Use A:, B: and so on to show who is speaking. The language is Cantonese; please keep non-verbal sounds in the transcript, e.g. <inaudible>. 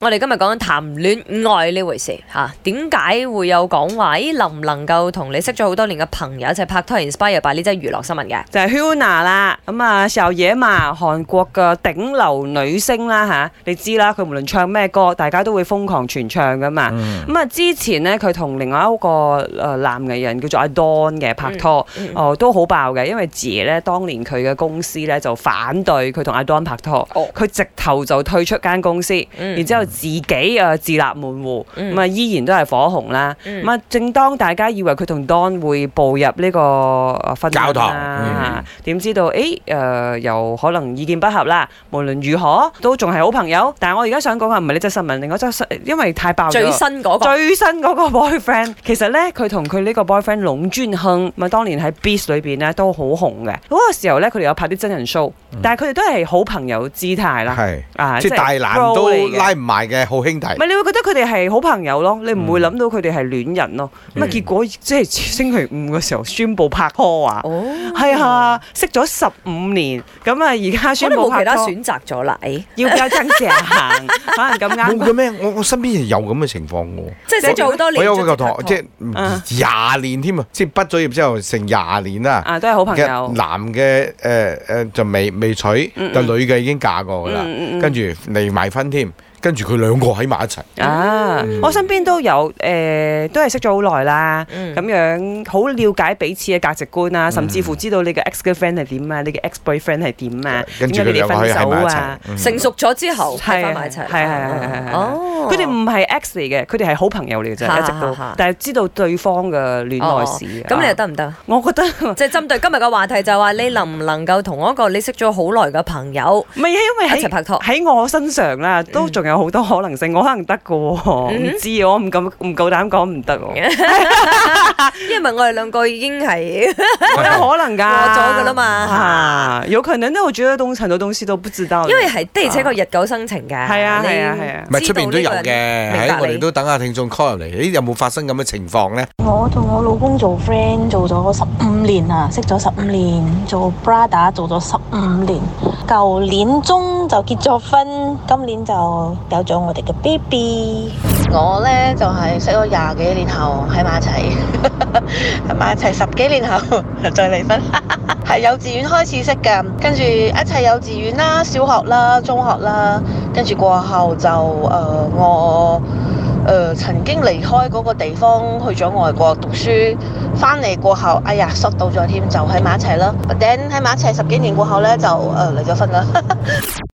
A: 我哋今日講緊談戀愛呢回事吓，點、解會有講話？咦，能唔能夠同你識咗好多年嘅朋友一齊拍拖？inspire by 呢則娛樂新聞嘅，
B: 就係 Hyuna 啦，咁啊邵野嘛，韓國嘅頂流女星啦吓，你知啦，佢無論唱咩歌，大家都會瘋狂傳唱噶嘛。
C: 嗯
B: 咁啊，之前呢，佢同另外一個誒男藝人叫做阿 Don 嘅拍拖，
A: 嗯嗯
B: 哦都好爆嘅，因為姐咧當年佢嘅公司咧就反對佢同阿 Don 拍拖
A: 哦，
B: 佢直頭就退出間公司，
A: 嗯
B: 然之後自己誒自立門戶，
A: 嗯
B: 咁啊依然都係火紅啦。
A: 嗯
B: 咁啊，正當大家以為佢同 Don 會步入呢個呃婚姻
C: 教堂嗯
B: 啦，點知道誒誒又可能意見不合啦。無論如何都仲係好朋友。但係我而家想講嘅唔係呢則新聞，另外一則新，因為太爆咗。
A: 最新嗰、個
B: 最新嗰個 boyfriend，其實咧佢同佢呢個 boyfriend 龍尊亨，咪當年喺 Beast 裏邊咧都好紅嘅。嗰、個時候咧，佢哋有拍啲真人 show，、但係佢哋都係好朋友姿態啦。
C: 嗯係，
B: 啊，
C: 即係大難
B: bro
C: 都
B: 嚟嘅
C: 拉唔埋嘅好兄弟。
B: 唔係，你會覺得佢哋係好朋友咯，你唔會諗到佢哋係戀人咯。咁
A: 嗯
B: 啊、結果即係星期五嘅時候宣布拍拖啊，
A: 哦，
B: 係、啊，識咗十五年，咁啊而家
A: 我
B: 宣
A: 都
B: 布
A: 冇
B: 拍
A: 其他
B: 拖，
A: 選擇咗啦，哎誒、
B: 要交爭正
C: <laughs>
B: 行，可能咁
C: 冇
B: 啱。啊
C: 嘅咩？我我身邊係有咁嘅情況嘅喎。
A: 即係識咗好多年，
C: 我有個
A: 仲
C: 舊同學，即
B: 啊
C: 係廿年添啊！即係畢咗業之後成廿年啦。
B: 啊，都係好朋
C: 嘅
B: 友。
C: 男嘅誒誒就未未娶，
B: 嗯嗯
C: 但女嘅已經嫁過㗎啦
B: 嗯嗯嗯，
C: 跟住離埋婚添，跟住佢兩個喺埋一齊。
B: 啊！
C: 嗯
B: 我身邊都有誒、都係識咗好耐啦，
A: 嗯
B: 咁、樣好了解彼此嘅價值觀
C: 嗯
B: 啊，甚至乎知道你嘅 ex girlfriend 係點啊，你嘅 ex boyfriend 係點啊，
C: 跟
B: 點解你哋
C: 住佢兩個可以
B: 分
C: 喺
B: 手
C: 埋一
B: 啊
C: 齊。？嗯
A: 成熟咗之後
B: 係
A: 喺
B: 啊
A: 翻埋一齊，
B: 係啊係啊係啊係啊
A: 哦，
B: 佢哋唔係 ex 嚟嘅，佢哋係好朋友嚟嘅啫，
A: 嚇
B: 一直都
A: 嚇嚇，
B: 但係知道對方嘅戀愛
A: 哦
B: 史。
A: 咁你又
B: 啊，
A: 得唔得？
B: 我覺得 <laughs>
A: 即係針對今日嘅話題就係話，你能唔能夠同一個你識咗好耐嘅朋友
B: 唔係因為
A: 一齊
B: 喺
A: 拍拖？
B: 喺我身上啦，都仲有好多可能性，我可能得嘅喎，
A: 嗯
B: 唔知我唔敢唔夠膽講唔得喎，
A: <laughs> 因為我哋兩個已經係
B: 我有可能㗎，
A: 過咗㗎啦嘛
B: 啊，有可能呢，我覺得東很多東西都不知道，
A: 因為係的而且確日久生情嘅，
B: 啊係啊
A: 你
B: 係啊係啊
C: 唔係出邊都有嘅，
A: 明白
C: 喺我
A: 你
C: 哋都等下聽眾 call 入嚟，咦有冇發生咁嘅情況咧？
D: 我同我老公做 friend 做咗十五年啊，識咗十五年，做 brother 做咗十五年，舊年中就結咗婚，今年就有咗我哋嘅 baby。
E: 我呢就係、識咗廿幾年後喺埋一齊，喺 <laughs> 埋一齊十幾年後 <laughs> 再離婚，係幼稚園開始識㗎，跟住一齊幼稚園啦、小學啦、中學啦，跟住過後就誒、呃我誒、呃曾經離開嗰個地方去咗外國讀書，翻嚟過後，哎呀縮到咗添，就喺埋一齊啦。But then 喺埋一齊十幾年過後呢，就誒離咗婚啦。